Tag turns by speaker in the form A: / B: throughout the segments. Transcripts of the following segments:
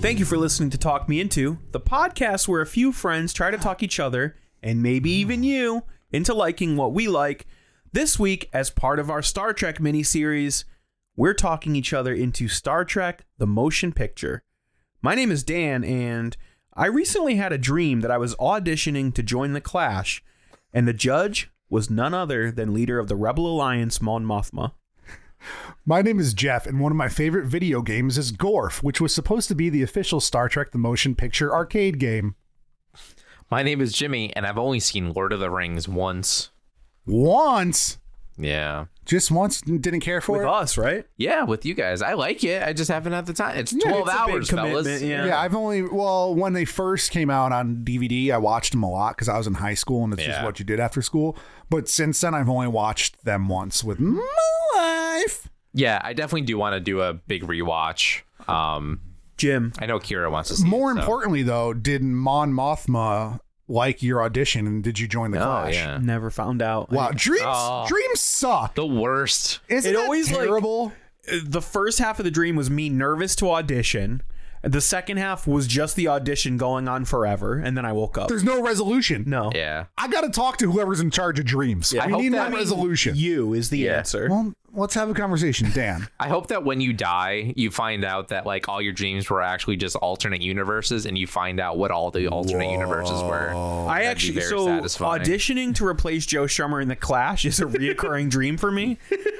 A: Thank you for listening to Talk Me Into, the podcast where a few friends try to talk each other, and maybe even you, into liking what we like. This week, as part of our Star Trek miniseries, we're talking each other into Star Trek The Motion Picture. My name is Dan, and I recently had a dream that I was auditioning to join The Clash, and the judge was none other than leader of the Rebel Alliance, Mon Mothma.
B: My name is Jeff, and one of my favorite video games is Gorf, which was supposed to be the official Star Trek the Motion Picture arcade game.
C: My name is Jimmy, and I've only seen Lord of the Rings once.
B: Once,
C: Yeah.
B: just once, and didn't care for
A: With
B: it.
A: us, right?
C: Yeah, with you guys. I like it. I just haven't had the time. It's 12
A: It's a big
C: hours, fellas.
A: commitment,
B: Yeah, I've only well when they first came out on DVD, I watched them a lot because I was in high school and it's just
C: Yeah.
B: what you did after school. But since then, I've only watched them once with my life.
C: Yeah, I definitely do want to do a big rewatch. Um,
A: Jim,
C: I know Kira wants to see
B: More
C: it, so-
B: importantly, though, did Mon Mothma like your audition and did you join the
C: Oh,
B: clash?
C: yeah.
A: never found out.
B: Wow, dreams
C: Oh.
B: dreams suck.
C: The worst.
B: Isn't
A: It
B: it
A: always,
B: always
A: like-
B: terrible?
A: the first half of the dream was me nervous to audition. The second half was just the audition going on forever, and then I woke up.
B: There's no resolution.
A: no,
C: Yeah.
B: I got to talk to whoever's in charge of dreams.
C: I
B: we
C: hope
B: need
C: that-
B: that resolution.
A: you is the
C: Yeah.
A: answer.
B: Well, let's have a conversation, Dan.
C: I hope that when you die, you find out that like all your dreams were actually just alternate universes, and you find out what all the alternate universes were.
A: I
C: that'd be
A: actually
C: very
A: so
C: satisfying.
A: auditioning to replace Joe Strummer in the Clash is a reoccurring dream for me.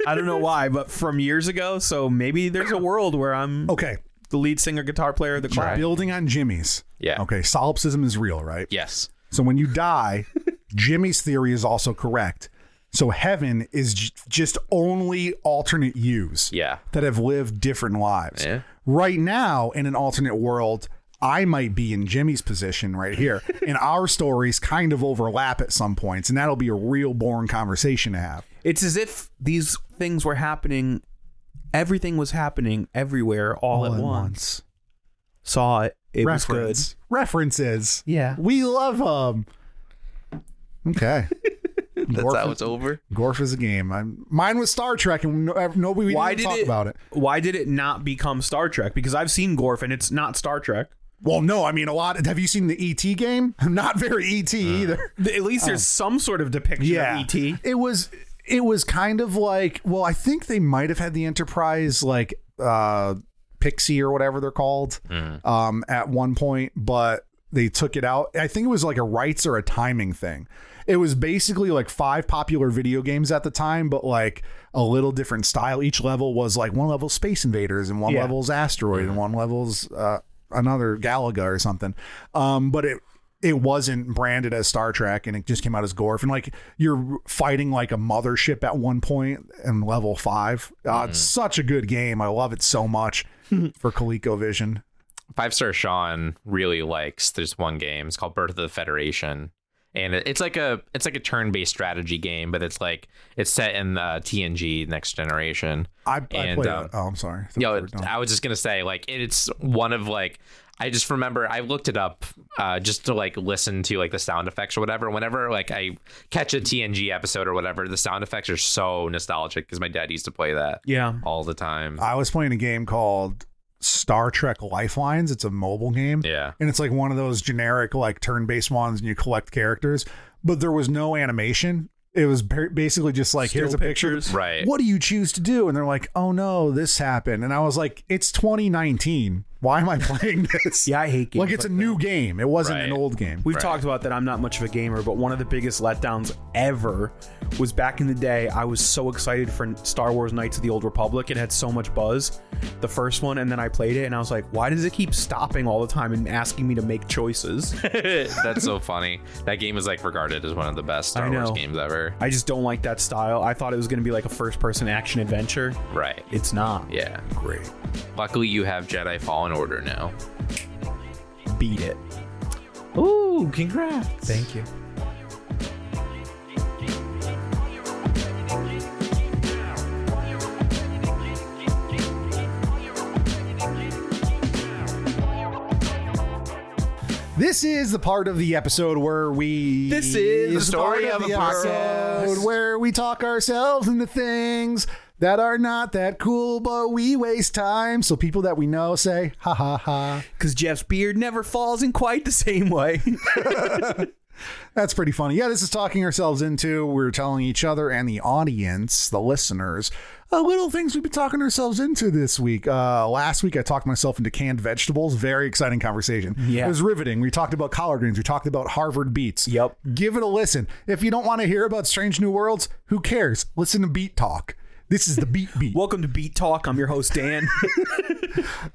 A: I don't know why, but from years ago. So maybe there's a world where I'm
B: Okay.
A: the lead singer, guitar player of the Clash.
B: Building on Jimmy's.
C: Yeah.
B: Okay. Solipsism is real, right?
C: Yes.
B: So when you die, Jimmy's theory is also correct. So heaven is j- just only alternate yous
C: Yeah.
B: that have lived different lives.
C: Yeah.
B: Right now, in an alternate world, I might be in Jimmy's position right here, and our stories kind of overlap at some points, and that'll be a real boring conversation to have.
A: It's as if these things were happening. Everything was happening everywhere, all, at once. Saw it. It was good.
B: Reference. References.
A: Yeah.
B: We love them. Okay.
C: That's
B: Gorf-
C: how it's over.
B: Gorf is a game. I'm, mine was Star Trek, and no, nobody we
A: why
B: didn't
A: did
B: talk
A: it,
B: about it.
A: Why did it not become Star Trek? Because I've seen Gorf and it's not Star Trek.
B: Well, no, I mean, a lot. Have you seen the ET game? Not very ET either.
A: Th- At least there's some sort of depiction of E ET.
B: It was it was kind of like well, I think they might have had the Enterprise like uh Pixie or whatever they're called
A: Mm-hmm.
B: um at one point, but they took it out. I think it was like a rights or a timing thing. It was basically like five popular video games at the time, but like a little different style. Each level was like one level Space Invaders and one
A: Yeah.
B: level's Asteroid and one level's uh, another Galaga or something. Um, but it it wasn't branded as Star Trek and it just came out as Gorf. And like you're fighting like a mothership at one point in level five. Uh, It's
C: Mm-hmm.
B: such a good game. I love it so much for ColecoVision.
C: Five Star Sean really likes. There's one game. It's called Birth of the Federation, and it- it's like a it's like a turn based strategy game, but it's like it's set in uh, TNG Next Generation.
B: I, I
C: And,
B: played
C: um,
B: it. Oh, I'm sorry.
C: Yo,
B: Thought we were done.
C: I was just gonna say like it's one of like I just remember I looked it up uh, just to like listen to like the sound effects or whatever. Whenever like I catch a TNG episode or whatever, the sound effects are so nostalgic because my dad used to play that
A: Yeah.
C: all the time.
B: I was playing a game called Star Trek Lifelines. It's a mobile game.
C: Yeah.
B: And it's like one of those generic, like turn based ones and you collect characters, but there was no animation. It was ba- basically just like, here's a picture.
C: Right.
B: What do you choose to do? And they're like, oh no, this happened. And I was like, it's 2019. Why am I playing this?
A: Yeah, I hate games
B: Like it's a new game. It wasn't an
C: Right.
B: old game.
A: We've talked about that. I'm not much of a gamer, but one of the biggest letdowns ever was back in the day. I was so excited for Star Wars Knights of the Old Republic. It had so much buzz, the first one, and then I played it, and I was like, why does it keep stopping all the time and asking me to make choices?
C: That's so funny. That game is like regarded as one of the best Star Wars
A: know.
C: games ever.
A: I just don't like that style. I thought it was going to be like a first person action adventure.
C: Right.
A: It's not.
C: Yeah.
A: Great.
C: Luckily, you have Jedi Fallen Order now.
A: Beat it.
C: Ooh, congrats.
A: Thank you.
B: This is the part of the episode where we.
A: This is the
C: story
B: part
C: of a podcast.
B: episode where we talk ourselves into things that are not that cool, but we waste time. So people that we know say, ha ha ha.
A: Because Jeff's beard never falls in quite the same way.
B: That's pretty funny. Yeah, this is talking ourselves into. We're telling each other and the audience, the listeners, uh, little things we've been talking ourselves into this week. Uh, last week, I talked myself into canned vegetables. Very exciting conversation.
A: Yeah.
B: It was riveting. We talked about collard greens. We talked about Harvard beats.
A: Yep.
B: Give it a listen. If you don't want to hear about Strange New Worlds, who cares? Listen to Beat Talk. This is the Beat Beat.
A: Welcome to Beat Talk. I'm your host, Dan.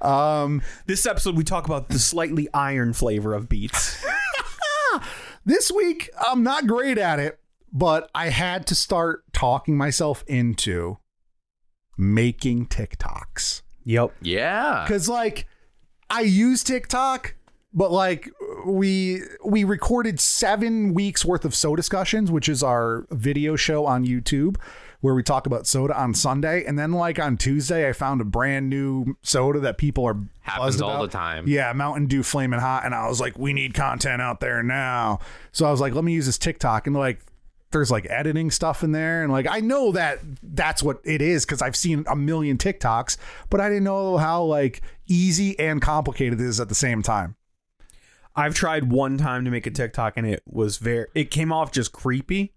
A: um,
B: Um,
A: this episode, we talk about the slightly iron flavor of beats.
B: this week, I'm not great at it, but I had to start talking myself into making TikToks.
A: Yep.
C: Yeah.
B: because like I use TikTok, but like we we recorded seven weeks worth of soda discussions, which is our video show on YouTube where we talk about soda on Sunday, and then like on Tuesday, I found a brand new soda that people are
C: Happens
B: buzzed
C: all
B: about.
C: the time.
B: Yeah, Mountain Dew Flaming Hot, and I was like, we need content out there now. So I was like, let me use this TikTok, and like. There's like editing stuff in there, and like I know that that's what it is because I've seen a million TikToks, but I didn't know how like easy and complicated it is at the same time.
A: I've tried one time to make a TikTok and it was very, it came off just creepy.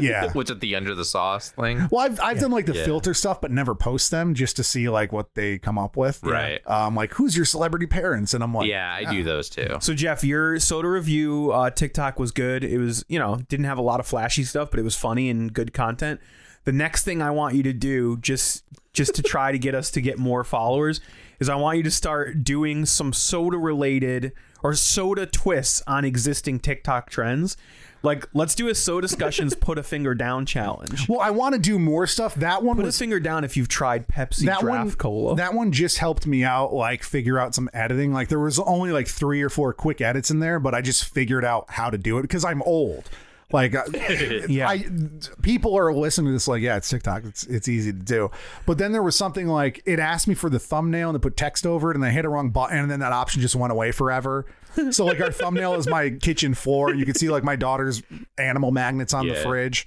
B: Yeah.
C: What's at the under the sauce thing?
B: Well, I've, I've done like the
C: Yeah.
B: filter stuff, but never post them just to see like what they come up with.
C: Right.
B: Um, like who's your celebrity parents? And I'm like,
C: Yeah, I do those too.
A: So, Jeff, your soda review uh, TikTok was good. It was, you know, didn't have a lot of flashy stuff, but it was funny and good content. The next thing I want you to do, just just to try to get us to get more followers, is I want you to start doing some soda related or soda twists on existing TikTok trends. Like, let's do a soda discussions put a finger down challenge.
B: Well, I want to do more stuff. That one
A: Put a
B: was
A: finger down if you've tried Pepsi
B: that
A: Draft
B: one.
A: Cola.
B: That one just helped me out, like figure out some editing. Like there was only like three or four quick edits in there, but I just figured out how to do it because I'm old. Like, uh, I,
A: Yeah.
B: I, people are listening to this like, yeah, it's TikTok. It's it's easy to do. But then there was something like it asked me for the thumbnail and they put text over it, and I hit a wrong button, and then that option just went away forever. So like our thumbnail is my kitchen floor. You can see like my daughter's animal magnets on the
C: Yeah.
B: fridge.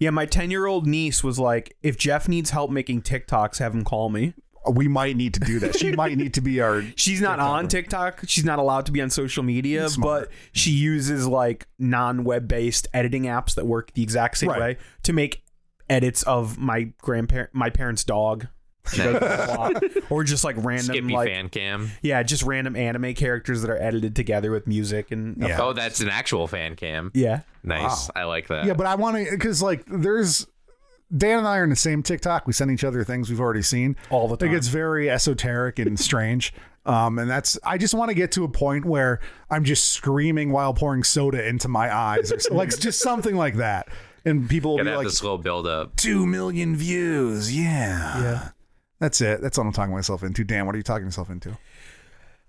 A: yeah, my 10 year old niece was like, if Jeff needs help making TikToks, have him call me.
B: We might need to do that. She might need to be our
A: She's not on TikTok. She's not allowed to be on social media,
B: Smart.
A: but she uses like non web based editing apps that work the exact same
B: Right.
A: way to make edits of my grandparent, my parents' dog, She does that a lot. or just like random
C: Skippy
A: like
C: fan cam.
A: yeah, just random anime characters that are edited together with music and
B: Yeah.
C: Oh, that's an actual fan cam.
A: yeah.
C: Nice. I like that.
B: Yeah, but I want to because like there's Dan and I are in the same TikTok. We send each other things we've already seen
A: All the
B: It
A: time.
B: gets very esoteric and strange. Um, and that's I just want to get to a point where I'm just screaming while pouring soda into my eyes, or so, like just something like that. And people will
C: Gotta
B: be
C: have
B: like,
C: the slow build up.
B: two million views. Yeah,
A: Yeah.
B: That's it. That's what I'm talking myself into. Dan, what are you talking yourself into?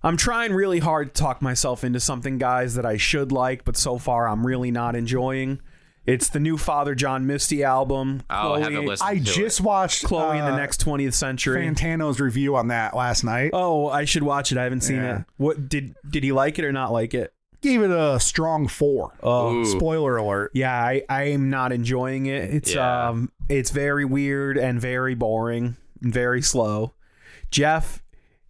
A: I'm trying really hard to talk myself into something, guys, that I should like, but so far I'm really not enjoying. It's the new Father John Misty album.
C: I'll have Oh, to
A: Chloe-
C: listen
B: I
C: to
B: just watched
A: Chloe in
B: uh,
A: the next 20th century.
B: Fantano's review on that last night.
A: Oh, I should watch it. I haven't seen
B: Yeah.
A: it. What did did he like it or not like it?
B: Gave it a strong four.
C: it.
A: Oh,
C: Ooh.
B: Spoiler alert.
A: yeah, I I am not enjoying it. It's
C: Yeah.
A: um it's very weird and very boring and very slow. Jeff,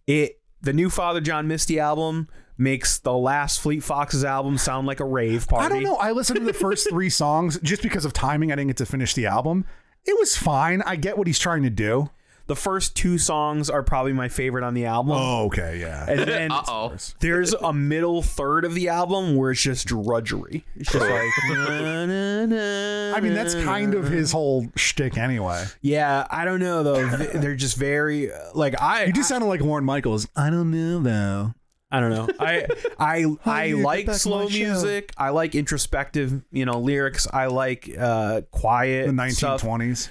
A: it the new Father John Misty album makes the last Fleet Foxes album sound like a rave party.
B: I don't know. I listened to the first three songs just because of timing. I didn't get to finish the album. It was fine. I get what he's trying to do.
A: The first two songs are probably my favorite on the album.
B: Oh, okay, yeah.
A: And then
C: Uh-oh.
A: there's a middle third of the album where it's just drudgery. It's just like na, na, na,
B: I mean, that's
A: na,
B: kind of his whole shtick anyway.
A: Yeah, I don't know though. Th- They're just very uh, like I.
B: You just sounded like Warren Michaels. I don't know though.
A: I, I don't know. I I I
B: you get
A: like
B: back
A: slow
B: my show.
A: music. I like introspective, you know, lyrics. I like uh quiet
B: The
A: stuff.
B: 1920s.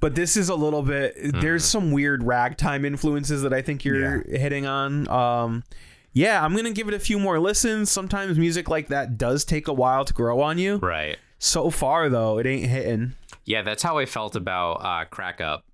A: But this is a little bit. There's
C: Mm-hmm.
A: some weird ragtime influences that I think you're hitting on. Um, yeah, I'm gonna give it a few more listens. Sometimes music like that does take a while to grow on you.
C: Right.
A: So far though, it ain't hitting.
C: Yeah, that's how I felt about uh, Crack Up.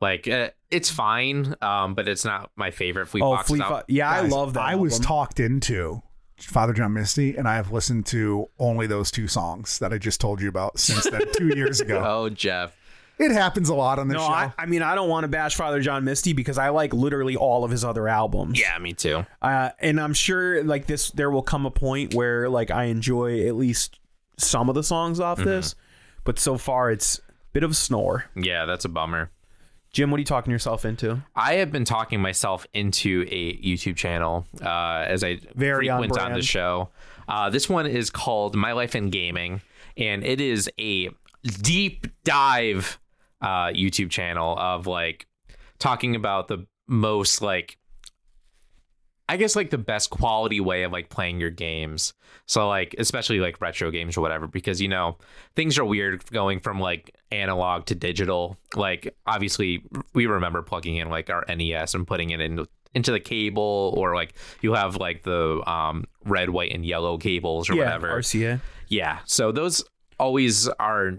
C: Like, uh, it's fine, um, but it's not my favorite Fleet
A: Oh,
C: Fox
A: Fleet
C: album.
A: Fo- Yeah, I
B: Guys,
A: love that.
B: I was
A: album.
B: talked into Father John Misty, and I have listened to only those two songs that I just told you about since then, two years ago.
C: Oh, Jeff.
B: It happens a lot on this
A: No,
B: show.
A: I, I mean I don't want to bash Father John Misty because I like literally all of his other albums.
C: Yeah, me too.
A: uh, and I'm sure like this, there will come a point where like I enjoy at least some of the songs
C: Mm-hmm.
A: off this, but so far it's a bit of a snore.
C: Yeah, that's a bummer.
A: Jim, what are you talking yourself into?
C: I have been talking myself into a YouTube channel uh, as I
A: Very on
C: frequent on,
A: brand.
C: the show. Uh, this one is called My Life in Gaming, and it is a deep dive uh, YouTube channel of like talking about the most like I guess like the best quality way of like playing your games. So like especially like retro games or whatever because you know things are weird going from like analog to digital. Like obviously we remember plugging in like our NES and putting it in into the cable or like you have like the um red, white and yellow cables or whatever.
A: RCA.
C: Yeah. So those always are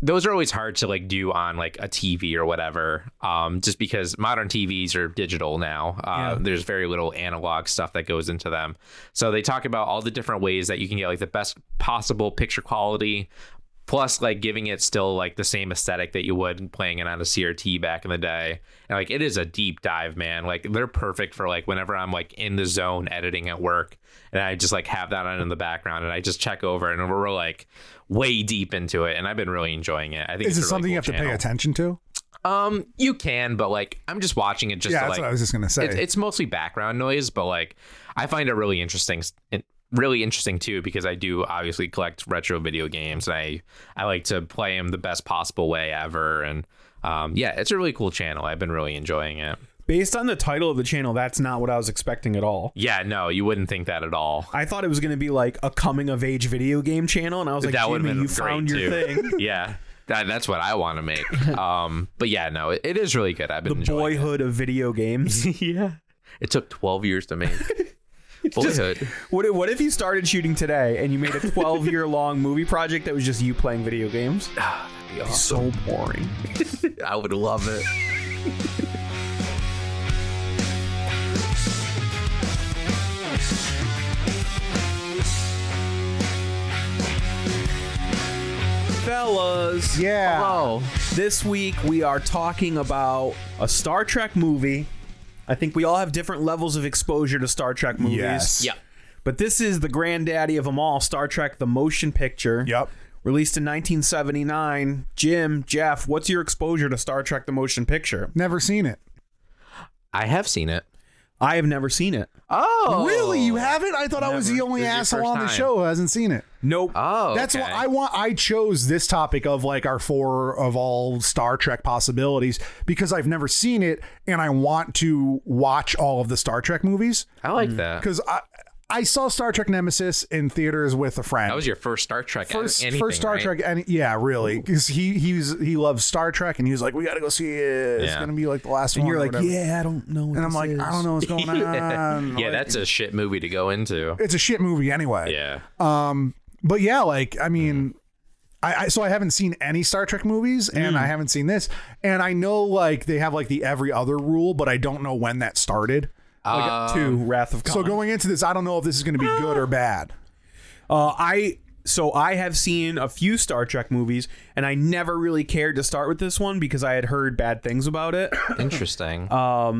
C: those are always hard to like do on like a TV or whatever. Um, just because modern TVs are digital now. Uh,
A: Yeah.
C: there's very little analog stuff that goes into them. So they talk about all the different ways that you can get like the best possible picture quality plus like giving it still like the same aesthetic that you would playing it on a CRT back in the day. And like it is a deep dive, man. Like they're perfect for like whenever I'm like in the zone editing at work and I just like have that on in the background and I just check over and we're like way deep into it and I've been really enjoying it. I think
B: Is
C: it's
B: it
C: a really
B: something
C: cool
B: you have to
C: channel.
B: pay attention to?
C: Um you can, but like I'm just watching it just
B: yeah,
C: to,
B: that's
C: like
B: what I was just gonna say.
C: it's, it's mostly background noise, but like I find it really interesting, really interesting too, because I do obviously collect retro video games, and I I like to play them the best possible way ever, and um, yeah, it's a really cool channel. I've been really enjoying it.
A: Based on the title of the channel, that's not what I was expecting at all.
C: Yeah, no, you wouldn't think that at all.
A: I thought it was going to be like a coming of age video game channel, and I was like,
C: that would have
A: Jimmy,
C: been
A: you
C: great
A: found your
C: too.
A: thing.
C: yeah. That, that's what I want to make. Um, but yeah, no, it, it is really good. I've been
A: The
C: enjoying
A: boyhood of video games.
C: it. yeah. It took 12 years to make. Boyhood.
A: What if, what if you started shooting today and you made a 12 year long movie project that was just you playing video games? So boring.
C: I would love it.
A: Fellas,
B: yeah.
C: Oh.
A: this week we are talking about a Star Trek movie. I think we all have different levels of exposure to Star Trek movies.
B: Yes.
C: Yeah.
A: But this is the granddaddy of them all, Star Trek the Motion Picture.
B: Yep.
A: Released in 1979. Jim, Jeff, what's your exposure to Star Trek the Motion Picture?
B: Never seen it.
C: I have seen it.
A: I have never seen it.
C: Oh,
B: Really? You haven't? I thought I was
C: Never.
B: the only
C: This is your
B: asshole
C: first
B: on the
C: time.
B: show who hasn't seen it.
A: Nope.
C: Oh,
B: That's
C: okay.
B: why I want. I chose this topic of like our four of all Star Trek possibilities because I've never seen it, and I want to watch all of the Star Trek movies
C: I
A: Mm.
C: like that.
B: because I I saw Star Trek Nemesis in theaters with a friend.
C: That was your first Star Trek.
B: first
C: anything,
B: first Star
C: right?
B: Trek, and yeah, really, because he he's he loves Star Trek, and he was like, we got to go see it. It's
C: Yeah.
B: gonna be like the last
A: and
B: one.
A: you're
B: or
A: like,
B: whatever."
A: yeah, I don't know. What
B: and I'm
A: this
B: like,
A: is.
B: I don't know what's going on.
C: Yeah, that's a shit movie to go into.
B: it's a shit movie anyway.
C: Yeah.
B: but yeah, like I mean, I, I so I haven't seen any Star Trek movies, and I haven't seen this, and I know like they have like the every other rule, but I don't know when that started.
C: Uh,
A: Like, two Wrath of Khan.
B: So going into this, I don't know if this is going to be good or bad.
A: Uh, I so I have seen a few Star Trek movies, and I never really cared to start with this one because I had heard bad things about it.
C: Interesting.
B: Uh,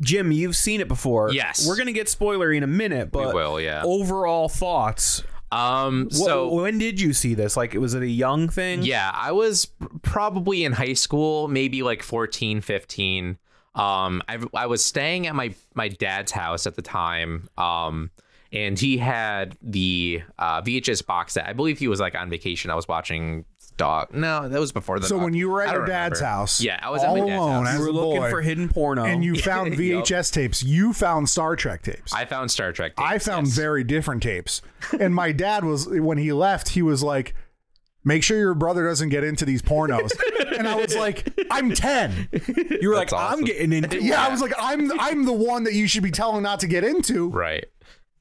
A: Jim, you've seen it before.
C: Yes.
A: we're gonna get spoilery in a minute, but
C: will, yeah.
A: Overall thoughts.
C: um.
A: Wh-
C: So
A: when did you see this? Like, was it a young thing?
C: yeah, I was probably in high school, maybe like 14, 15. Um, I I was staying at my my dad's house at the time. Um, and he had the uh, VHS box set. I believe he was like on vacation. I was watching Dog. No, that was before the.
B: So
C: dog.
B: when you were
C: I
B: at
C: don't
B: your dad's
C: remember.
B: house,
C: Yeah, I was
B: all
C: at my dad's
B: alone
C: house.
B: as
A: We're
B: a
A: looking
B: boy,
A: for hidden porno.
B: and you found VHS tapes. You found Star Trek tapes.
C: I found Star Trek.
B: I
C: tapes,
B: found
C: yes.
B: very different tapes. And my dad was when he left, he was like, "Make sure your brother doesn't get into these pornos." and I was like, "I'm 10."
A: you were like,
C: awesome.
A: I'm getting into
B: Yeah, I was like, "I'm I'm the one that you should be telling not to get into."
C: Right.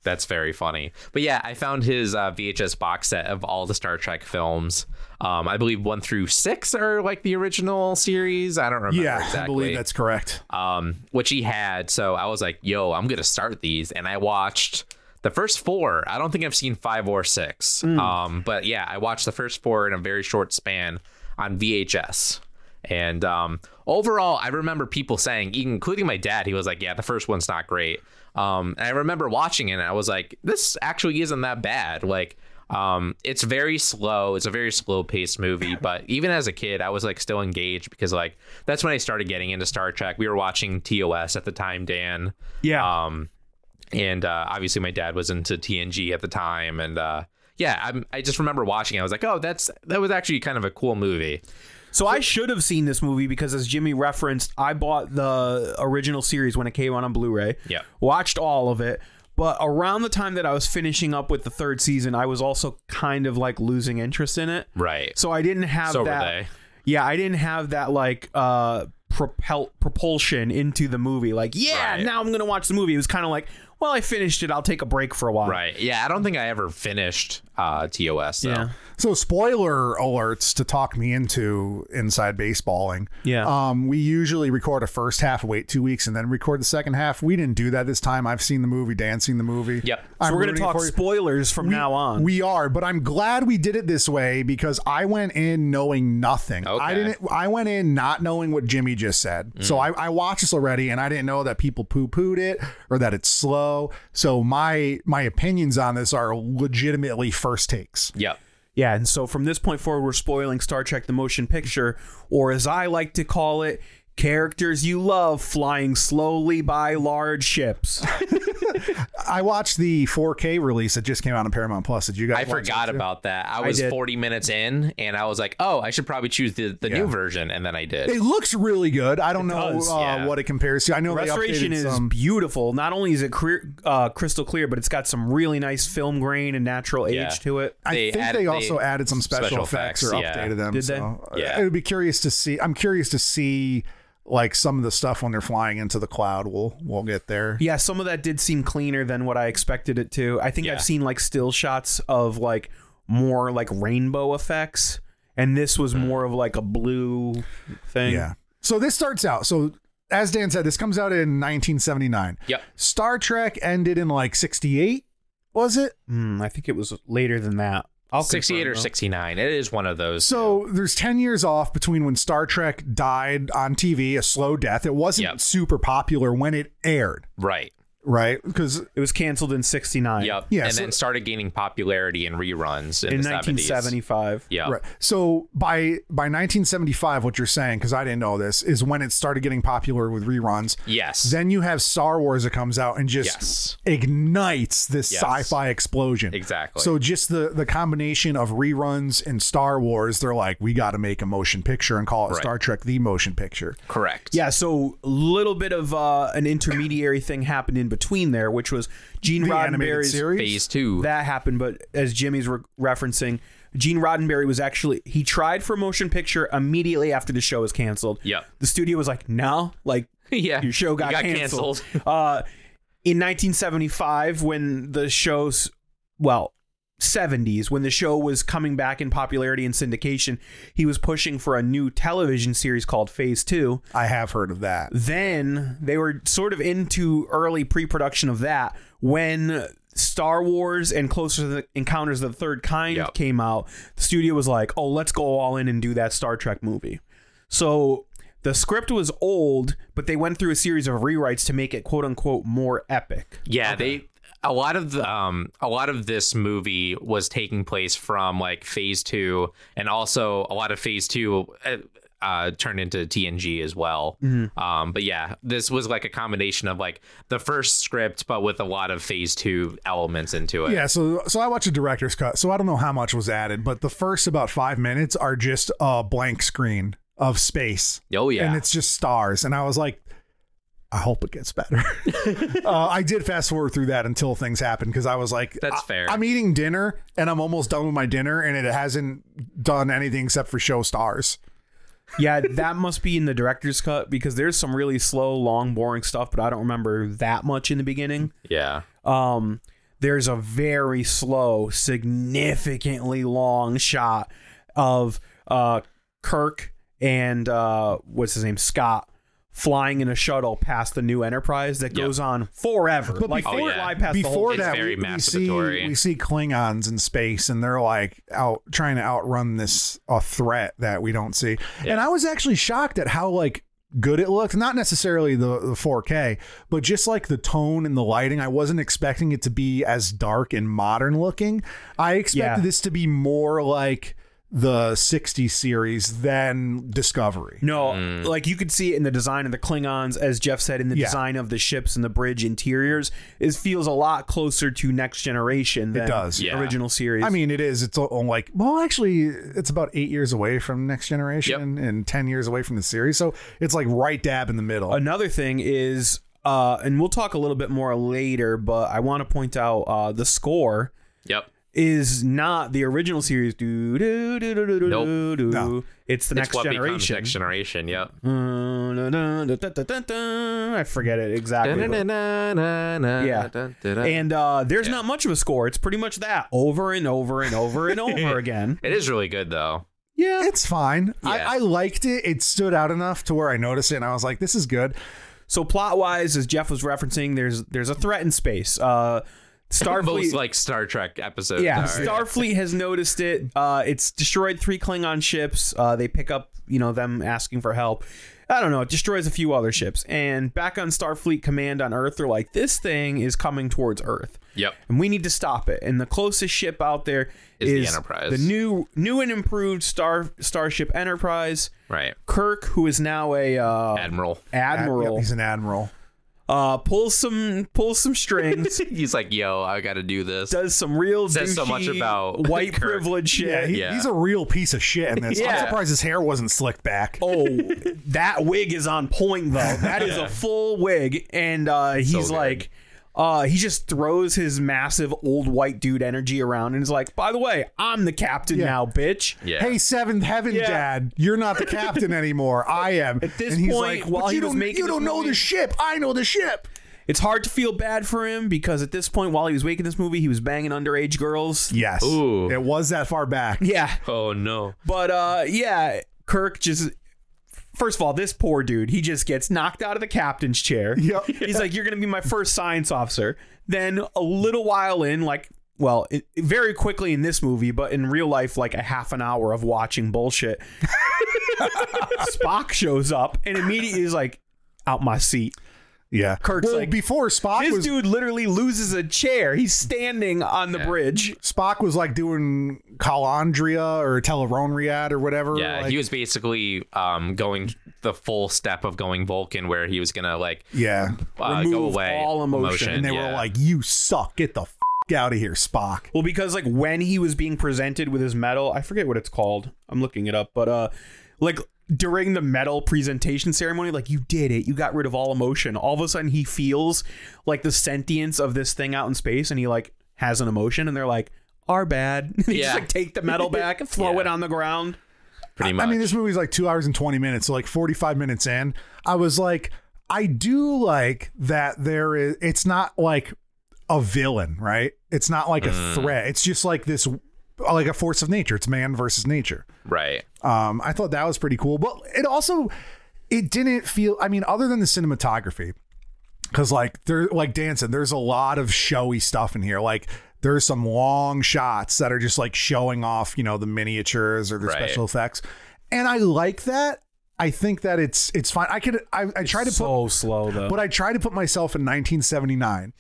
C: That's very funny. But yeah, I found his uh, VHS box set of all the Star Trek films. Um, I believe one through six are like the original series. I don't remember
B: Yeah,
C: exactly.
B: I believe that's correct.
C: um, which he had. So I was like, yo, I'm going to start these. And I watched the first four. I don't think I've seen five or six. Um, but yeah, I watched the first four in a very short span on VHS. And um, overall, I remember people saying, including my dad, he was like, yeah, the first one's not great. Um, and I remember watching it and I was like, this actually isn't that bad. Like, um, it's very slow. It's a very slow paced movie, but even as a kid, I was like still engaged because like that's when I started getting into Star Trek. We were watching TOS at the time, Dan.
B: Yeah.
C: Um, and uh, obviously my dad was into TNG at the time, and uh, yeah, I'm, I just remember watching. It. I was like, oh, that's that was actually kind of a cool movie.
A: So I should have seen this movie because, as Jimmy referenced, I bought the original series when it came out on Blu-ray.
C: Yeah.
A: watched all of it. But around the time that I was finishing up with the third season, I was also kind of like losing interest in it.
C: Right.
A: So I didn't have
C: So were
A: that.
C: they.
A: Yeah, I didn't have that like uh propel propulsion into the movie. Like, yeah,
C: Right.
A: now I'm gonna watch the movie. It was kind of like, well, I finished it. I'll take a break for a while.
C: Right. Yeah, I don't think I ever finished uh, TOS. Though.
A: Yeah.
B: So spoiler alerts to talk me into inside baseballing.
A: Yeah.
B: Um, we usually record a first half, wait two weeks, and then record the second half. We didn't do that this time. I've seen the movie, Dan's seen the movie.
C: Yep. So
A: So
B: I'm
A: we're gonna
B: rooting
A: talk
B: for you.
A: spoilers from now on.
B: We are, but I'm glad we did it this way because I went in knowing nothing. I
C: Okay.
B: didn't I went in not knowing what Jimmy just said. So I, I watched this already and I didn't know that people poo-pooed it or that it's slow. So my my opinions on this are legitimately first takes.
C: Yep.
A: Yeah, and so from this point forward, we're spoiling Star Trek the motion picture, or as I like to call it, characters you love flying slowly by large ships.
B: I watched the 4K release that just came out on Paramount Plus. Did you guys
C: I
B: watch
C: forgot about that. I was
A: did.
C: 40 minutes in, and I was like, oh, I should probably choose the, the new version, and then I did.
B: it? It looks really good. I don't know
A: does,
B: uh,
C: yeah.
B: what it compares to. I know
A: Restoration
B: they updated
A: is
B: some.
A: beautiful. Not only is it clear, uh, crystal clear, but it's got some really nice film grain and natural age
C: Yeah.
A: to it.
B: I
C: They
B: think
C: added-
B: they
C: they-
B: also added some special,
C: special
B: effects, or
C: effects, yeah.
B: updated them.
A: Did they?
B: so uh,
C: Yeah.
B: It would be curious to see. I'm curious to see like some of the stuff when they're flying into the cloud. We'll we'll get there.
A: Yeah, some of that did seem cleaner than what I expected it to. I think
C: Yeah.
A: I've seen like still shots of like more like rainbow effects, and this was more of like a blue thing.
B: Mm. Yeah. So this starts out. So as Dan said, this comes out in 1979.
C: Yep.
B: Star Trek ended in like 68. Was it?
A: Hmm, I think it was later than that. I'll confirm,
C: 68 or
A: though.
C: 69. It is one of those.
B: So there's 10 years off between when Star Trek died on TV, a slow death. It wasn't
C: Yep.
B: super popular when it aired,
C: right.
B: right? Because
A: It was canceled in 69.
C: Yep.
B: Yeah,
C: and
B: so-
C: then started gaining popularity in reruns in,
A: In
C: the 70s.
A: 1975.
C: Yeah.
B: Right. So by by 1975, what you're saying, because I didn't know this, is when it started getting popular with reruns.
C: Yes.
B: Then you have Star Wars that comes out and just
C: Yes.
B: ignites this
C: Yes.
B: sci-fi explosion.
C: Exactly.
B: So just the the combination of reruns and Star Wars, they're like, we got to make a motion picture and call it
C: Right.
B: Star Trek: The Motion Picture.
C: Correct.
A: Yeah, so a little bit of uh, an intermediary thing happened in between there, which was Gene
B: The animated
A: Roddenberry's
B: series.
C: Phase two.
A: that happened, but as Jimmy's re- referencing, Gene Roddenberry was actually he tried for a motion picture immediately after the show was canceled.
C: Yep.
A: The studio was like, "No, like
C: yeah.
A: your show
C: You
A: got, canceled. uh, in 1975, when the show's well, 70s, when the show was coming back in popularity and syndication, he was pushing for a new television series called Phase Two.
B: I have heard of that.
A: Then they were sort of into early pre-production of that when Star Wars and Closer to the Encounters of the Third Kind
C: Yep.
A: came out. The studio was like, "Oh, let's go all in and do that Star Trek movie." So the script was old, but they went through a series of rewrites to make it "quote unquote" more epic.
C: Yeah, they a lot of the, um a lot of this movie was taking place from like phase 2 and also a lot of phase 2 uh, uh, turned into TNG as well.
A: Mm-hmm.
C: Um, but yeah, this was like a combination of like the first script, but with a lot of phase two elements into it.
B: Yeah, so so I watched a director's cut, so I don't know how much was added, but the first about five minutes are just a blank screen of space,
C: Oh yeah,
B: and it's just stars, and I was like, I hope it gets better. uh, I did fast forward through that until things happened because I was like,
C: That's
B: I-
C: fair.
B: I'm eating dinner and I'm almost done with my dinner, and it hasn't done anything except for show stars.
A: yeah, that must be in the director's cut because there's some really slow, long, boring stuff, but I don't remember that much in the beginning.
C: yeah.
A: um, there's a very slow, significantly long shot of uh, Kirk and uh, what's his name, Scott, flying in a shuttle past the new Enterprise that
C: Yeah.
A: goes on forever. But like
C: before-
A: they
C: Oh, yeah.
A: fly past the whole
B: Before
C: It's
B: that,
C: very
B: we, we see
C: masturbatory.
B: we see Klingons in space, and they're like out trying to outrun this a threat that we don't see. And I was actually shocked at how like good it looked. Not necessarily the, the 4K, but just like the tone and the lighting. I wasn't expecting it to be as dark and modern looking. I expected
A: Yeah.
B: this to be more like the 60s series than Discovery.
A: No,
C: Mm.
A: like you could see it in the design of the Klingons, as Jeff said, in the
B: Yeah.
A: design of the ships and the bridge interiors. It feels a lot closer to Next Generation than
B: does.
A: the
C: Yeah.
A: original series.
B: I mean, it is. It's all all like, well, actually, it's about eight years away from Next Generation and 10 years away from the series. So it's like right dab in the middle.
A: Another thing is, uh, and we'll talk a little bit more later, but I want to point out uh, the score
C: Yep.
A: is not the original series. Do do do do do do
C: Nope.
A: do, do.
B: No.
A: It's the
C: It's
A: next
C: what becomes
A: generation.
C: next generation. Yep.
A: Uh, dun, dun, dun, dun, dun, dun, dun. Uh, I forget it exactly. but- Yeah.
C: Yeah.
A: And uh, there's not much of a score. It's pretty much that over and over and over and over again.
C: It is really good though.
A: Yeah.
B: It's fine.
C: Yeah.
B: I, I liked it. It stood out enough to where I noticed it and I was like, this is good.
A: So plot wise, as Jeff was referencing, there's there's a threat in space. Uh, Starfleet
C: Most like Star Trek episodes.
A: Yeah,
C: are.
A: Starfleet has noticed it. Uh, it's destroyed three Klingon ships. Uh, they pick up, you know, them asking for help. I don't know. It destroys a few other ships. And back on Starfleet Command on Earth, they're like, this thing is coming towards Earth,
C: Yep.
A: and we need to stop it. And the closest ship out there
C: Is
A: is,
C: the Enterprise.
A: the new, new and improved Star Starship Enterprise.
C: Right.
A: Kirk, who is now a uh,
C: Admiral.
B: Ad- yep,
A: admiral,
B: he's an admiral.
A: uh, pulls some pulls some strings.
C: He's like, yo, I got to do this.
A: Does some real
C: Says so
A: douchey
C: much about
A: white
C: Kirk.
A: privilege shit.
B: Yeah, he-
C: Yeah.
B: he's a real piece of shit in this. I'm
A: Yeah.
B: surprised his hair wasn't slicked back.
A: oh, that wig is on point though. That is a full wig, and uh, he's
C: good.
A: like, uh, he just throws his massive old white dude energy around, and is like, by the way, I'm the captain
B: Yeah.
A: now, bitch.
C: Yeah.
B: Hey, seventh heaven,
A: Yeah.
B: Dad, you're not the captain anymore. I am. At
A: this
B: and he's
A: point,
B: like,
A: while
B: "But
A: he
B: you
A: was
B: don't,
A: making
B: you
A: this
B: don't know
A: movie-
B: the ship. I know the ship.
A: It's hard to feel bad for him because at this point, while he was making this movie, he was banging underage girls.
B: Yes,
C: Ooh.
B: it was that far back.
A: Yeah,
C: Oh no.
A: but uh, yeah, Kirk just. First of all, this poor dude, he just gets knocked out of the captain's chair.
B: Yep.
A: He's like, "You're going to be my first science officer." Then a little while in, like, well, it, very quickly in this movie, but in real life, like a half an hour of watching bullshit. Spock shows up and immediately is like, "Out my seat."
B: Yeah,
A: Kirk's
B: well,
A: like,
B: before Spock
A: This
B: was
A: dude literally loses a chair. He's standing on the bridge.
B: Spock was like doing Calandria or Teleronriad or whatever.
C: Yeah,
B: like-
C: he was basically um going the full step of going Vulcan, where he was gonna like
B: Yeah,
C: uh, go
A: Remove
C: away
A: all emotion.
B: and they
C: yeah.
B: were like, "You suck! Get the f- out of here, Spock."
A: Well, because like when he was being presented with his medal, I forget what it's called. I'm looking it up, but uh, like during the medal presentation ceremony, like you did it, you got rid of all emotion. All of a sudden, he feels like the sentience of this thing out in space, and he like has an emotion, and they're like, "Our bad." they
C: Yeah.
A: just like take the medal back and throw
C: Yeah.
A: it on the ground.
C: pretty much.
B: I mean, this movie's like two hours and twenty minutes, so like forty-five minutes in, I was like, I do like that there is. It's not like a villain, right? It's not like
C: Mm.
B: a threat. It's just like this, like a force of nature. It's man versus nature.
C: right.
B: Um, I thought that was pretty cool, but it also it didn't feel. I mean, other than the cinematography, because like there, like Dan said, there's a lot of showy stuff in here. Like there's some long shots that are just like showing off, you know, the miniatures or the
C: Right.
B: special effects, and I like that. I think that it's it's fine. I could I, I try to put
A: so slow though.
B: but I try to put myself in 1979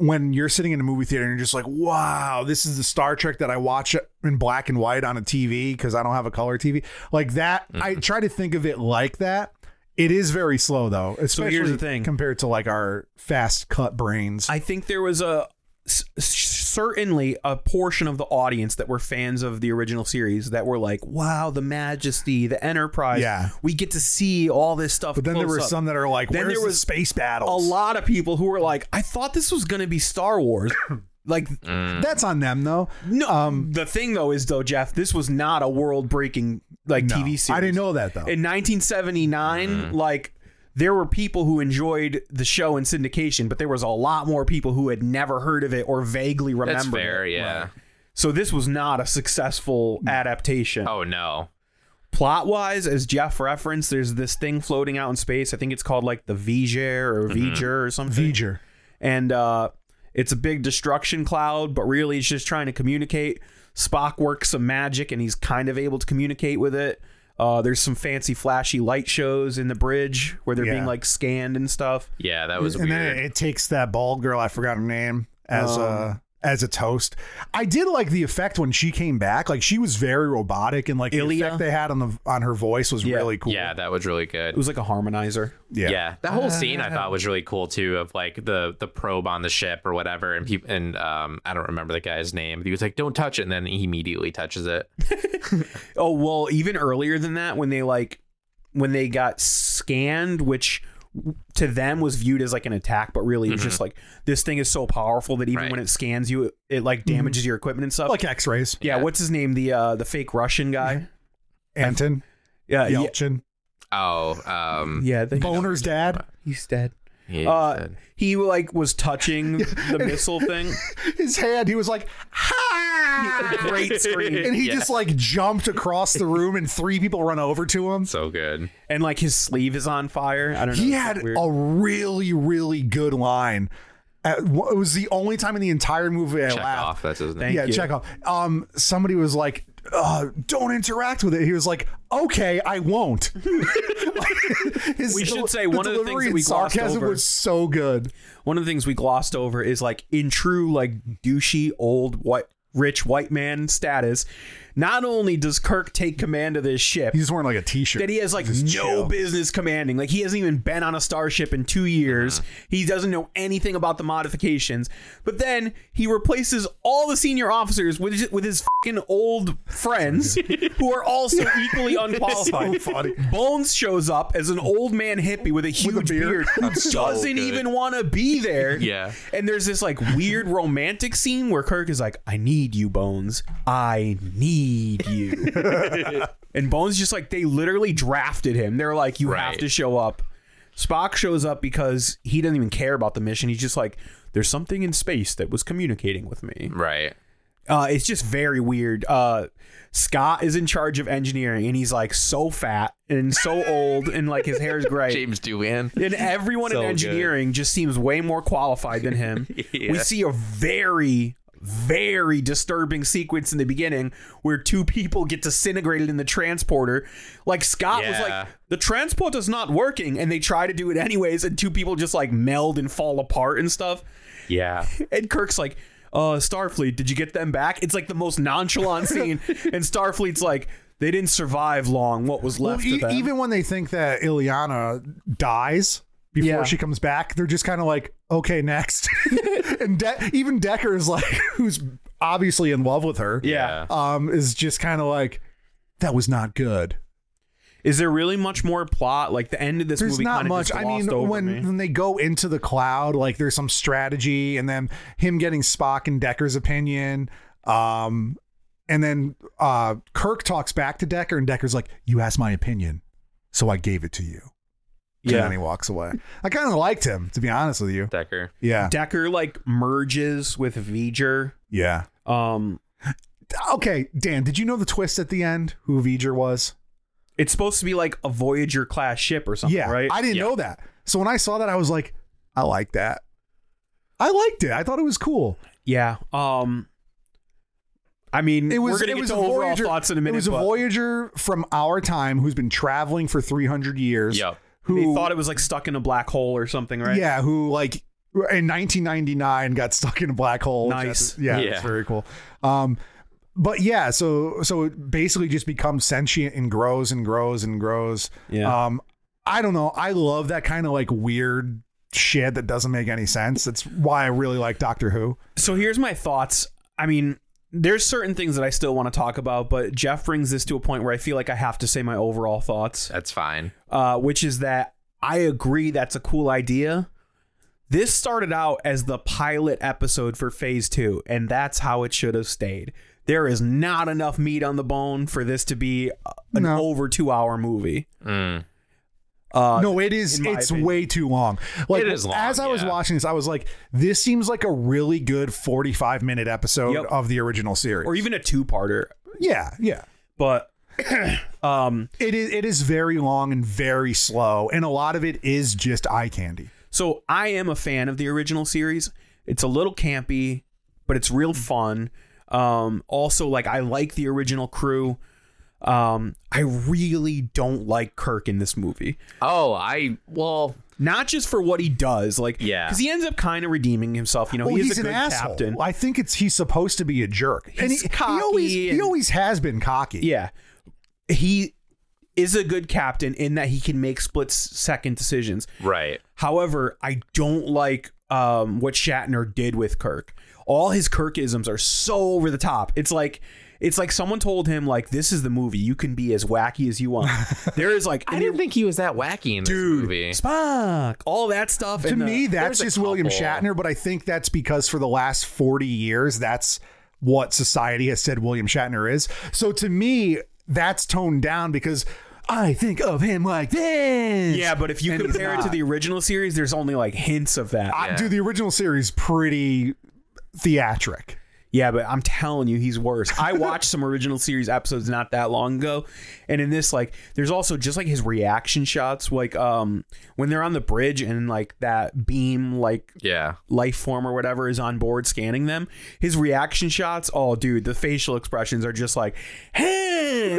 B: when you're sitting in a movie theater and you're just like, wow, this is the Star Trek that I watch in black and white on a TV because I don't have a color TV. Like that, I
A: Mm-hmm.
B: try to think of it like that. It is very slow though, especially
A: here's the thing.
B: compared to like our fast cut brains.
A: I think there was a s- s- certainly a portion of the audience that were fans of the original series that were like, "Wow, the Majesty, the Enterprise,
B: Yeah.
A: we get to see all this stuff."
B: but then there
A: close
B: were
A: up."
B: some that are like,
A: Then
B: where's
A: there
B: the
A: was
B: space battles?
A: a lot of people who were like, "I thought this was going to be Star Wars." like,
B: That's on them though.
A: no.
B: Um,
A: the thing though is though, Jeff, this was not a world-breaking like
B: No,
A: TV series.
B: I didn't know that though.
A: In 1979,
C: Mm-hmm.
A: like there were people who enjoyed the show in syndication, but there was a lot more people who had never heard of it or vaguely remembered.
C: That's fair,
A: it.
C: yeah.
A: So this was not a successful
B: Mm.
A: adaptation.
C: Oh no.
A: Plot wise, as Jeff referenced, there's this thing floating out in space. I think it's called like the Viger or V'ger or something.
B: V'ger.
A: And uh, it's a big destruction cloud, but really it's just trying to communicate. Spock works some magic and he's kind of able to communicate with it. Uh, there's some fancy, flashy light shows in the bridge where they're
B: Yeah.
A: being like scanned and stuff.
C: Yeah, that was
B: and
C: weird.
B: then it, it takes that bald girl i forgot her name as a as a toast i did like the effect when she came back like she was very robotic and like
A: Ilya?
B: the effect they had on the on her voice was
A: Yeah.
B: really cool
C: Yeah, that was really good.
A: It was like a harmonizer.
B: yeah,
C: yeah. Uh, that whole scene I thought was really cool too, of like the the probe on the ship or whatever, and people and um I don't remember the guy's name. He was like, "Don't touch it," and then he immediately touches it.
A: Oh well, even earlier than that, when they like when they got scanned, which to them was viewed as like an attack, but really it's just like this thing is so powerful that even
C: Right.
A: when it scans you, it, it, like damages your equipment and stuff.
B: like x-rays
A: yeah,
C: Yeah.
A: what's his name? The uh the fake Russian guy.
B: anton
A: Yeah,
C: Uh,
A: yeah,
B: yelchin
C: Oh, um,
A: yeah. they-
B: boner's dad
A: he's dead.
C: he
A: Uh,
C: said-
A: he like was touching the missile thing.
B: his hand he was like ha
A: Great screen.
B: and he
C: Yeah.
B: just like jumped across the room and three people run over to him
C: so good.
A: And like his sleeve is on fire. I don't know.
B: he
A: it's
B: had
A: weird.
B: a really really good line At- it was the only time in the entire movie i
C: Check
B: laughed
C: off. That's his name.
A: Thank
B: yeah,
A: you.
B: check off. Um, somebody was like, uh, "Don't interact with it." He was like, "Okay, I won't." His
A: We should
B: del-
A: say one of the things
B: delivery
A: that
B: and
A: we glossed
B: sarcasm
A: over-
B: was so good.
A: one of the things we glossed over is like in true like douchey old white rich white man status not only does kirk take command of this ship
B: He's wearing like a t-shirt
A: that he has like no
B: Just chill.
A: business commanding like he hasn't even been on a starship in two years he doesn't know anything about the modifications but then he replaces all the senior officers with his, with his fucking old friends who are also equally unqualified
B: funny.
A: bones shows up as an old man hippie with a huge beard,
B: beard.
A: who doesn't
C: good.
A: even want to be there
C: Yeah.
A: and there's this like weird romantic scene where Kirk is like, I need you, Bones. I need you. and Bones just like, they literally drafted him. They're like, you have
C: Right.
A: to show up. Spock shows up because he doesn't even care about the mission. He's just like, there's something in space that was communicating with me.
C: Right.
A: Uh, it's just very weird. Uh, Scott is in charge of engineering and he's like so fat and so old and like his hair is gray.
C: James Doohan.
A: And everyone
C: So
A: in
C: good.
A: engineering just seems way more qualified than him. We see a very, very disturbing sequence in the beginning where two people get disintegrated in the transporter. Like Scott was
C: Yeah.
A: like, the transporter's not working, and they try to do it anyways, and two people just like meld and fall apart and stuff.
C: Yeah.
A: And Kirk's like, uh, Starfleet, did you get them back? It's like the most nonchalant scene. And Starfleet's like, they didn't survive long. What was
B: Well,
A: left
B: e-
A: of them?
B: even when they think that Ileana dies before
A: Yeah.
B: she comes back, they're just kind of like, "Okay, next." and De- even Decker is like, who's obviously in love with her,
A: yeah.
B: um, is just kind of like, "That was not good."
A: Is there really much more plot? Like the end of this movie, kind of
B: I mean,
A: over
B: when
A: me.
B: when they go into the cloud, like there's some strategy, and then him getting Spock and Decker's opinion, um, and then uh, Kirk talks back to Decker, and Decker's like, "You asked my opinion, so I gave it to you." and then he walks away. I kind of liked him, to be honest with you.
C: Decker.
B: Yeah,
A: Decker like merges with V'ger.
B: yeah.
A: Um,
B: Okay, Dan, did you know the twist at the end? Who V'ger was?
A: it's supposed to be like a Voyager class ship or something,
B: Yeah,
A: right?
B: I didn't
C: Yeah.
B: know that. So when I saw that, I was like, I like that. I liked it. I thought it was cool.
A: yeah. Um, I mean,
B: It was.
A: we're gonna
B: it
A: get
B: was
A: to
B: a
A: overall
B: Voyager,
A: thoughts in a minute.
B: It was a
A: but
B: Voyager from our time who's been traveling for 300 years.
C: Yep.
B: Who
A: they thought it was like stuck in a black hole or something, right?
B: Yeah. Who like in 1999 got stuck in a black hole. which
A: Nice.
B: that's- Yeah,
C: Yeah.
B: it's very cool. Um, but yeah, so so it basically just becomes sentient and grows and grows and grows.
A: Yeah.
B: Um, I don't know. I love that kind of like weird shit that doesn't make any sense. That's why I really like Doctor Who.
A: So here's my thoughts. I mean, there's certain things that I still want to talk about, but Jeff brings this to a point where I feel like I have to say my overall thoughts,
C: That's fine.
A: uh, which is that I agree that's a cool idea. This started out as the pilot episode for phase two, and that's how it should have stayed. There is not enough meat on the bone for this to be uh, an
B: No.
A: over two hour movie.
C: Mm.
A: Uh,
B: no, it is.
A: in my
B: It's
A: opinion.
B: way too long. Like
C: It is long,
B: as I was
C: yeah.
B: watching this, I was like, this seems like a really good 45 minute episode
A: Yep.
B: of the original series.
A: Or even a two parter.
B: yeah, yeah.
A: But um,
B: It is it is very long and very slow, and a lot of it is just eye candy.
A: So I am a fan of the original series. It's a little campy, but it's real
B: Mm.
A: fun. Um, also, like I like the original crew. Um, I really don't like Kirk in this movie.
C: Oh, I well,
A: Not just for what he does, like
C: Yeah.
A: because he ends up kind of redeeming himself. You know,
B: Well,
A: he is
B: Oh, he's
A: a
B: an
A: good
B: asshole.
A: captain.
B: I think it's he's supposed to be a jerk, and he,
A: He's cocky
B: he always he
A: and-
B: always has been cocky.
A: Yeah, he is a good captain in that he can make split s- second decisions.
C: right.
A: However, I don't like um, what Shatner did with Kirk. All his Kirkisms are so over the top. It's like it's like someone told him like this is the movie. You can be as wacky as you want. there is like
C: I didn't think he was that wacky in this
A: dude
C: movie.
A: Spock, all that stuff.
B: To
A: and the-
B: me, that's
C: there's a
B: just William
C: couple.
B: Shatner, but I think that's because for the last 40 years, that's what society has said William Shatner is. So to me, that's toned down because I think of him like this.
A: yeah, but if you
B: And he's
A: compare it to
B: not.
A: the original series, there's only like hints of that.
B: I,
C: Yeah.
B: dude, the original series pretty theatric.
A: Yeah, but I'm telling you, he's worse. I watched some original series episodes not that long ago, and in this, like, there's also just like his reaction shots, like um when they're on the bridge and like that beam, like
C: Yeah.
A: life form or whatever is on board scanning them. His reaction shots, oh dude, the facial expressions are just like, hey,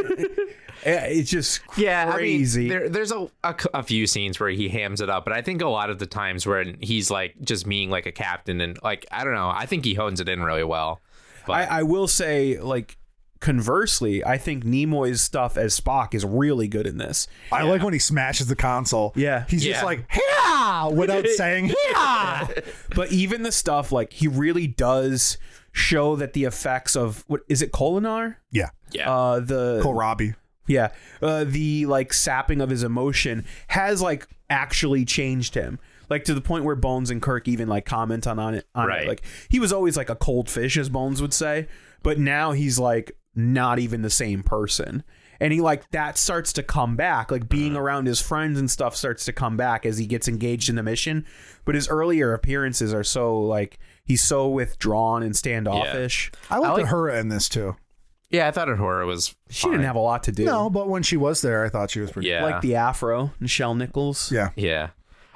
A: it's just
C: Yeah,
A: crazy.
C: I mean, there, there's a, a c- a few scenes where he hams it up, but I think a lot of the times where he's like just being like a captain and like I don't know, I think he hones it in really well. But
A: I, I will say, like, conversely, I think Nimoy's stuff as Spock is really good in this.
B: I like when he smashes the console.
A: Yeah.
B: He's just
C: Yeah.
B: like, yeah, without saying, yeah.
A: But even the stuff like he really does show that the effects of what is it Kolinar?
B: Yeah.
C: yeah,
A: Uh the
B: Cole Robbie.
A: yeah, uh the like sapping of his emotion has like actually changed him. Like to the point where Bones and Kirk even like comment on on it on it.
C: Right.
A: Like he was always like a cold fish as Bones would say, but now he's like not even the same person. And he like that starts to come back, like being
B: Uh-huh.
A: around his friends and stuff starts to come back as he gets engaged in the mission. But his earlier appearances are so like he's so withdrawn and standoffish.
B: I like,
C: I like-
B: her in this too.
C: yeah. I thought horror was
A: She didn't have a lot to do.
B: No, but when she was there, I thought she was pretty.
C: yeah,
A: Like the afro, Michelle Nichols.
B: Yeah.
C: Yeah.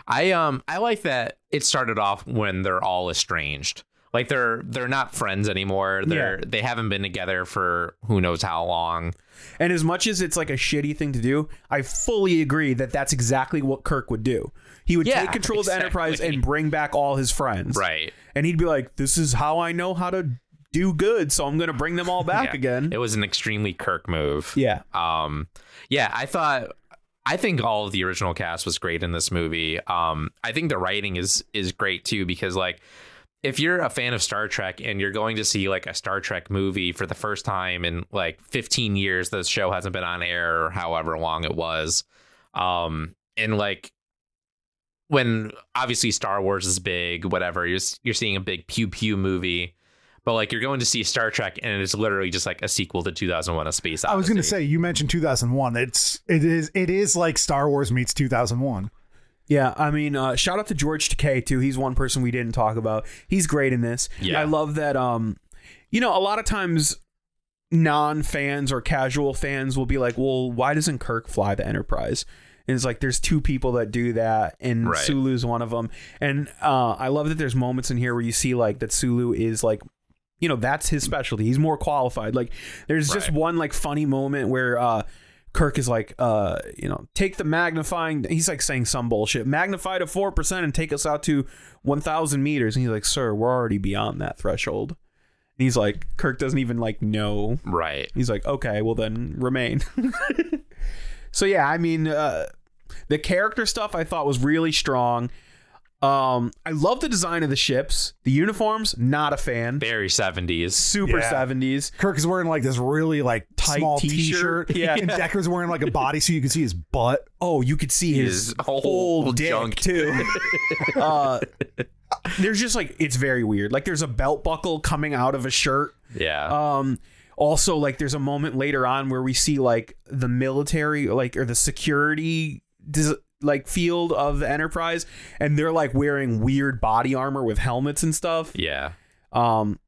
C: I um I like that it started off when they're all estranged. Like they're they're not friends anymore. They're they haven't been together for who knows how long.
A: And as much as it's like a shitty thing to do, I fully agree that that's exactly what Kirk would do. He would
C: Yeah,
A: take control of the Enterprise
C: exactly.
A: and bring back all his friends.
C: Right.
A: And he'd be like, this is how I know how to do good, so I'm going to bring them all back
C: Yeah.
A: again.
C: It was an extremely Kirk move.
A: yeah.
C: Um yeah, I thought I think all of the original cast was great in this movie. Um I think the writing is is great too because like if you're a fan of Star Trek and you're going to see like a Star Trek movie for the first time in like 15 years, the show hasn't been on air or however long it was. Um, and like when obviously Star Wars is big, whatever, you're, s- you're seeing a big pew pew movie, but like you're going to see Star Trek and it's literally just like a sequel to 2001 A Space Odyssey.
B: I was going to say you mentioned 2001. It's it is it is like Star Wars meets 2001.
A: Yeah, I mean, uh, shout out to George Takei too. He's one person we didn't talk about. He's great in this.
C: Yeah.
A: I love that. Um, you know, a lot of times non-fans or casual fans will be like, "Well, why doesn't Kirk fly the Enterprise?" And it's like there's two people that do that, and
C: Right.
A: Sulu's one of them. And uh, I love that there's moments in here where you see like that Sulu is like you know that's his specialty he's more qualified like there's just
C: Right.
A: one like funny moment where uh Kirk is like, uh, you know, take the magnifying. He's like saying some bullshit. Magnify to four percent and take us out to one thousand meters. And he's like, sir, we're already beyond that threshold. And he's like, Kirk doesn't even like know
C: Right.
A: He's like, okay, well then remain. so yeah, I mean, uh, the character stuff I thought was really strong. Um, I love the design of the ships. The uniforms, not a fan.
C: Very 70s.
A: Super
B: Yeah.
A: seventies.
B: Kirk is wearing like this really like
A: Tight
B: small
A: t-shirt.
B: t-shirt,
A: Yeah.
B: and Decker's wearing like a body so you can see his butt.
A: Oh, you could see his,
C: His
A: whole,
C: whole
A: dick
C: junk.
A: too. uh, there's just like it's very weird. Like there's a belt buckle coming out of a shirt.
C: Yeah.
A: Um, also, like, there's a moment later on where we see like the military, like, or the security, dis- like, field of the Enterprise, and they're like wearing weird body armor with helmets and stuff.
C: yeah.
A: Um,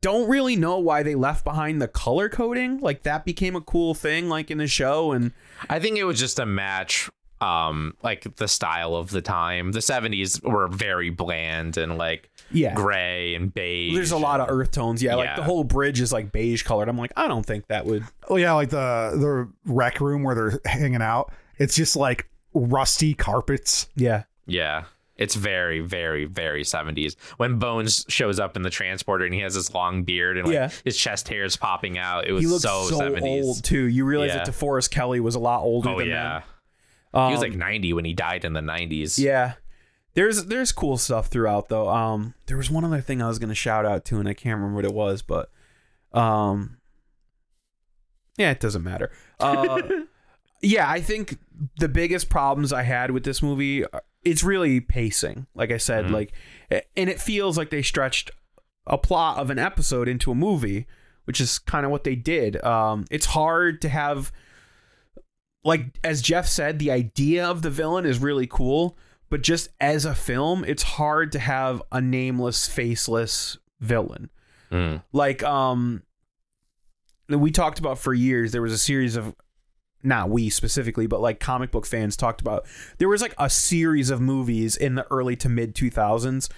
A: don't really know why they left behind the color coding. Like, that became a cool thing, like in the show, and
C: I think it was just a match um like the style of the time. The 70s were very bland and like
A: yeah.
C: gray and beige.
A: There's a lot of earth tones. Yeah, like
C: Yeah.
A: the whole bridge is like beige colored. I'm like, I don't think that would.
B: Oh yeah, like the the rec room where they're hanging out. It's just like rusty carpets.
A: Yeah.
C: Yeah. It's very, very, very 70s. When Bones shows up in the transporter and he has this long beard and like
A: Yeah.
C: his chest hair is popping out, it was
A: He looks
C: so,
A: so,
C: 70s.
A: old, too. You realize
C: Yeah.
A: that DeForest Kelly was a lot older
C: Oh
A: than
C: yeah.
A: them.
C: he was
A: Um,
C: like 90 when he died in the 90s.
A: Yeah. There's there's cool stuff throughout though. Um there was one other thing I was gonna shout out to and I can't remember what it was, but um Yeah, it doesn't matter. Uh yeah, I think the biggest problems I had with this movie are- it's really pacing. Like I said, like and it feels like they stretched a plot of an episode into a movie, which is kind of what they did. Um it's hard to have like as Jeff said, the idea of the villain is really cool, but just as a film, it's hard to have a nameless, faceless villain.
C: Mm.
A: Like um we talked about for years, there was a series of not we specifically, but like comic book fans talked about there was like a series of movies in the early to mid 2000s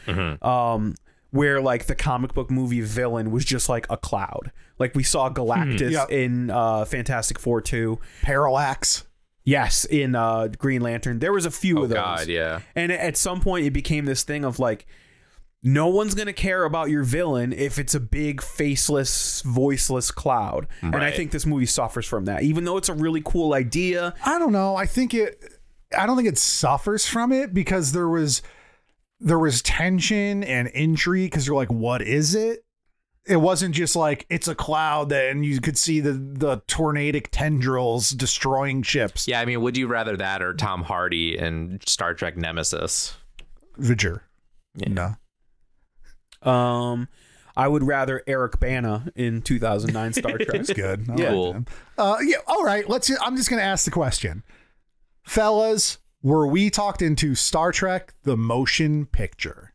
A: um where like the comic book movie villain was just like a cloud. Like we saw Galactus
B: Yep.
A: in uh Fantastic 4 2.
B: Parallax.
A: Yes, in uh, Green Lantern, there was a few
C: Oh
A: of those,
C: god, yeah.
A: and at some point it became this thing of like, no one's gonna care about your villain if it's a big faceless, voiceless cloud, and I
C: Right.
A: think this movie suffers from that. Even though it's a really cool idea,
B: I don't know. I think it. I don't think it suffers from it because there was there was tension and intrigue because you're like, what is it? It wasn't just like it's a cloud that, and you could see the the tornadic tendrils destroying ships.
C: Yeah, I mean, would you rather that or Tom Hardy and Star Trek Nemesis?
B: Viger. No.
A: um, I would rather Eric Bana in 2009 Star Trek.
B: It's good.
A: Yeah.
B: I liked
C: Cool.
B: him. Uh, yeah. All right. Let's. I'm just gonna ask the question, fellas. Were we talked into Star Trek: The Motion Picture?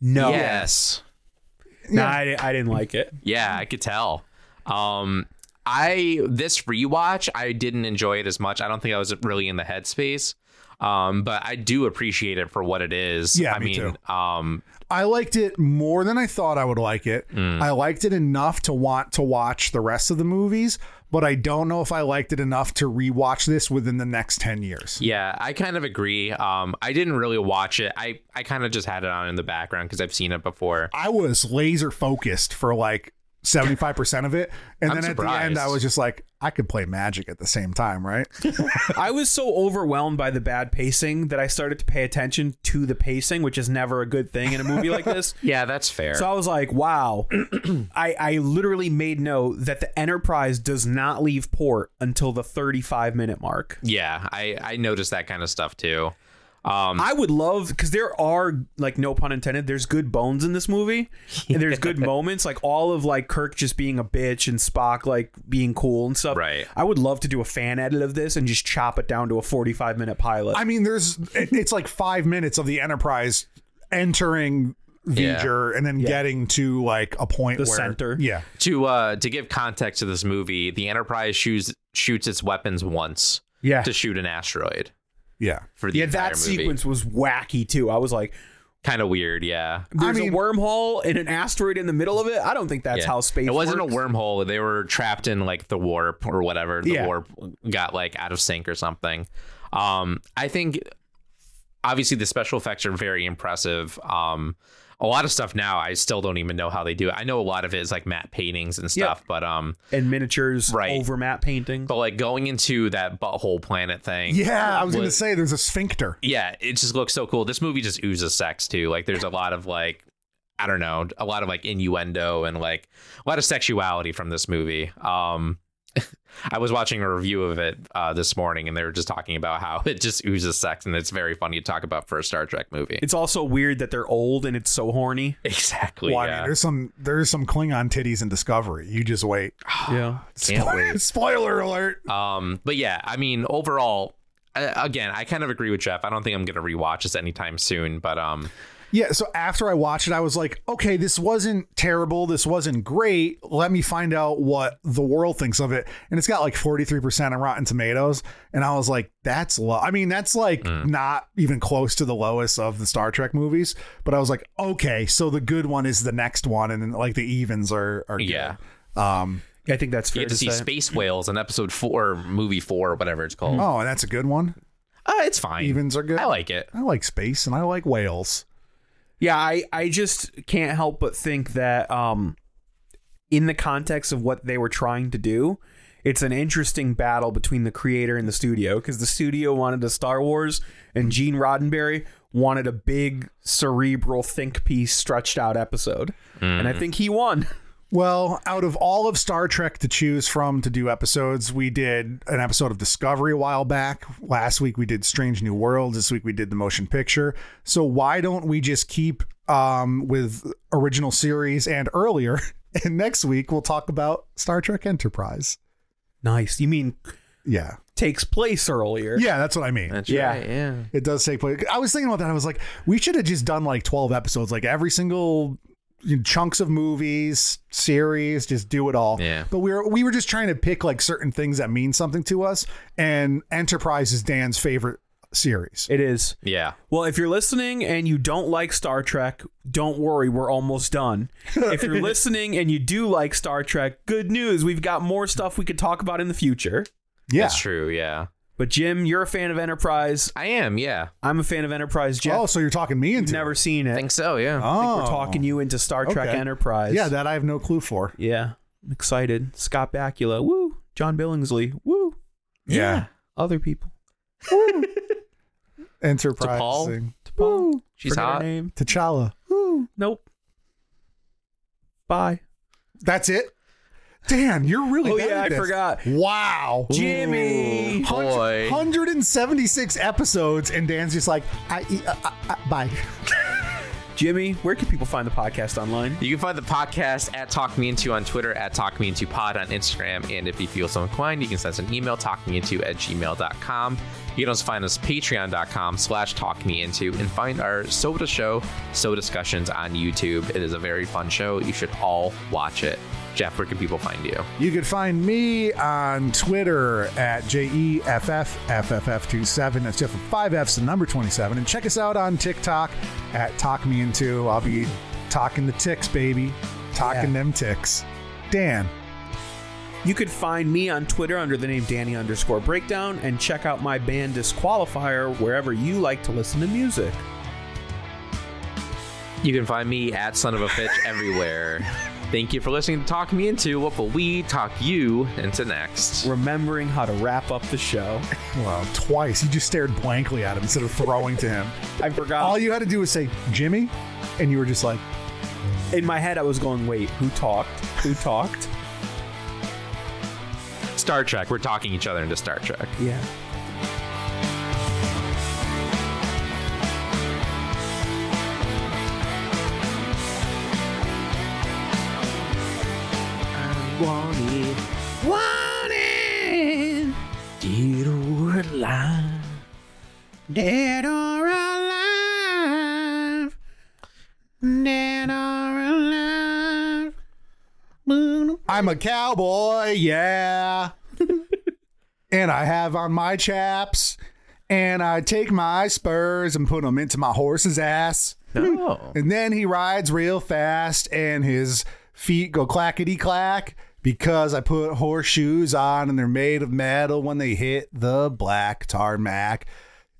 A: No,
C: Yes.
A: no, I, I didn't like it.
C: Yeah, I could tell. Um, I this rewatch, I didn't enjoy it as much. I don't think I was really in the headspace. Um, but I do appreciate it for what it is.
B: Yeah,
C: I
B: me
C: mean, um,
B: I liked it more than I thought I would like it.
C: Mm.
B: I liked it enough to want to watch the rest of the movies, but I don't know if I liked it enough to rewatch this within the next 10 years.
C: yeah, I kind of agree. Um, I didn't really watch it. I I kind of just had it on in the background because I've seen it before.
B: I was laser focused for like 75% of it. And
C: I'm
B: then at the
C: surprised.
B: end, I was just like, I could play magic at the same time, right?
A: I was so overwhelmed by the bad pacing that I started to pay attention to the pacing, which is never a good thing in a movie like this.
C: Yeah, that's fair.
A: So I was like, wow. I, I literally made note that the Enterprise does not leave port until the 35 minute mark.
C: yeah, I I noticed that kind of stuff too. Um,
A: I would love because there are like no pun intended. There's good bones in this movie, and there's good moments like all of like Kirk just being a bitch and Spock like being cool and stuff.
C: Right.
A: I would love to do a fan edit of this and just chop it down to a 45 minute pilot.
B: I mean, there's, it- it's like five minutes of the Enterprise entering
C: Yeah.
B: V'ger and then getting to like a point
A: The
B: where.
A: center.
B: Yeah.
C: to uh to give context to this movie, the Enterprise shoots shoots its weapons once
A: yeah.
C: to shoot an asteroid
B: Yeah.
C: for the
A: Yeah,
C: entire
A: that
C: movie.
A: sequence was wacky too. I was like,
C: kind of weird. Yeah,
A: There's
B: mean-
A: a wormhole and an asteroid in the middle of it. I don't think that's
C: Yeah.
A: how space.
C: It wasn't
A: works.
C: a wormhole. They were trapped in like the warp or whatever. The
A: Yeah.
C: warp got like out of sync or something. Um, I think obviously the special effects are very impressive. Um, a lot of stuff now I still don't even know how they do it. I know a lot of it is like matte paintings and stuff, but um,
A: and miniatures
C: Right.
A: over map paintings.
C: but like going into that butthole planet thing.
B: Yeah, I was gonna
C: was-
B: say there's a sphincter.
C: yeah, it just looks so cool. This movie just oozes sex too. Like there's a lot of like I don't know, a lot of like innuendo and like a lot of sexuality from this movie. Um I was watching a review of it uh, this morning and they were just talking about how it just oozes sex and it's very funny to talk about for a Star Trek movie.
A: It's also weird that they're old and it's so horny.
C: exactly.
B: Well, I mean,
C: yeah.
B: there's some there's some Klingon titties in Discovery. You just wait.
A: yeah.
C: Can't wait.
B: Spoiler alert.
C: Um but yeah, I mean overall uh, again, I kind of agree with Jeff. I don't think I'm going to rewatch this anytime soon, but um
B: Yeah, so after I watched it, I was like, okay, this wasn't terrible. This wasn't great. Let me find out what the world thinks of it. And it's got like 43% on Rotten Tomatoes. And I was like, that's low. I mean, that's like
C: Hmm.
B: not even close to the lowest of the Star Trek movies. But I was like, okay, so the good one is the next one. And then like the evens are, are good.
C: yeah.
B: Um,
A: I think that's
C: You
A: fair
C: get to
A: to
C: see
A: say.
C: space whales in episode 4 movie 4 or whatever it's called.
B: oh, and that's a good one.
C: Uh, it's fine.
B: Evens are good.
C: I like it.
B: I like space and I like whales.
A: yeah, I I just can't help but think that um in the context of what they were trying to do, it's an interesting battle between the creator and the studio because the studio wanted a Star Wars and Gene Roddenberry wanted a big cerebral think piece stretched out episode. And I
C: Mm.
A: think he won.
B: Well, out of all of Star Trek to choose from to do episodes, we did an episode of Discovery a while back. Last week we did Strange New Worlds. This week we did the motion picture. So why don't we just keep um, with original series and earlier? And next week we'll talk about Star Trek Enterprise.
A: Nice. You mean
B: Yeah.
A: takes place earlier.
B: Yeah, that's what I mean.
A: Yeah.
C: yeah.
B: It does take place. I was thinking about that. I was like, we should have just done like 12 episodes, like every single you know, chunks of movies, series, just do it all.
C: Yeah.
B: But we were we were just trying to pick like certain things that mean something to us. And Enterprise is Dan's favorite series.
A: It is.
C: Yeah.
A: Well, if you're listening and you don't like Star Trek, don't worry, we're almost done. If you're listening and you do like Star Trek, good news, we've got more stuff we could talk about in the future.
B: Yeah.
C: That's true. Yeah.
A: But Jim, you're a fan of Enterprise.
C: I am. Yeah.
A: I'm a fan of Enterprise. Jeff,
B: Oh, so you're talking me into
A: never seen
C: I
A: it.
C: think so. Yeah.
B: Oh,
A: We're talking you into Star Trek
B: Okay.
A: Enterprise.
B: Yeah, that I have no clue for.
A: yeah. I'm excited. Scott Bakula. Woo. John Billingsley. Woo.
B: Yeah.
A: Other people.
B: Enterprise.
C: To Paul?
B: thing.
A: Woo.
C: She's
A: Forget her
C: hot.
A: name.
B: T'Challa.
A: Nope. Bye.
B: That's it. Dan, you're really
A: Oh,
B: bad
A: yeah,
B: at
A: I
B: this.
A: forgot.
B: Wow.
A: Jimmy.
B: Oh.
C: Boy.
B: 176 episodes, and Dan's just like, I, I, I, I bye.
A: Jimmy, where can people find the podcast online?
C: You can find the podcast at Talk Me Into on Twitter, at Talk Me Into Pod on Instagram, and if you feel so inclined, you can send us an email, talkmeinto at gmail.com. You can also find us patreon.com slash talkmeinto and find our Soda Show, Soda Discussions on YouTube. It is a very fun show. You should all watch it. Jeff, where can people find you?
B: You can find me on Twitter at E JEFFFFF27. That's Jeff with five F's and number 27. And check us out on TikTok at Talk Me Into. I'll be talking the ticks, baby. Talking them ticks. Dan,
A: You could find me on Twitter under the name Danny underscore breakdown and check out my band Disqualifier wherever you like to listen to music.
C: You can find me at Son of a Fitch everywhere. Thank you for listening to Talk Me Into. What will we talk you into next?
A: Remembering how to wrap up the show.
B: well, twice. You just stared blankly at him instead of throwing to him.
A: I forgot.
B: All you had to do was say, Jimmy, and you were just like,
A: In my head, I was going, wait, who talked? Who talked?
C: Star Trek. We're talking each other into Star Trek.
A: Yeah. Dead or alive. Dead or alive.
B: I'm a cowboy, yeah. and I have on my chaps, and I take my spurs and put them into my horse's ass.
C: No.
B: And then he rides real fast and his feet go clackety clack because I put horseshoes on and they're made of metal when they hit the black tarmac.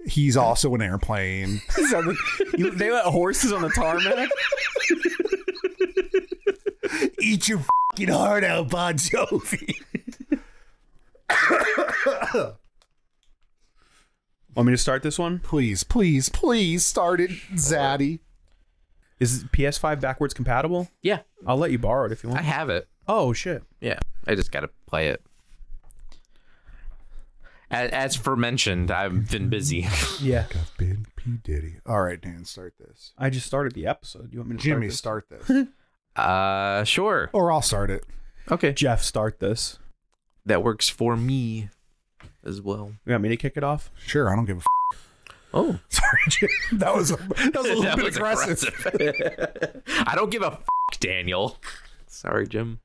B: He's also an airplane.
A: So the- you- they let horses on the tarmac.
B: Eat your fucking heart out, Bon Jovi.
A: Want me to start this one?
B: Please, please, please start it, Zaddy.
A: Is PS5 backwards compatible?
C: Yeah,
A: I'll let you borrow it if you
C: I
A: want.
C: have it.
A: Oh shit!
C: Yeah, I just gotta play it. As, as for mentioned, I've been busy.
A: Yeah,
B: I've been P Diddy. All right, Dan, start this.
A: I just started the episode. You want me to
B: Jimmy,
A: Start
B: start this,
C: Uh, sure.
B: or I'll start it.
C: Okay,
A: this? Jeff, start this.
C: that works for me as well.
A: You want me to kick it off?
B: Sure, I don't give a. F-
C: Oh,
B: Sorry, Jim. That was a, that was a little bit aggressive.
C: I don't give a f- Daniel. Sorry, Jim.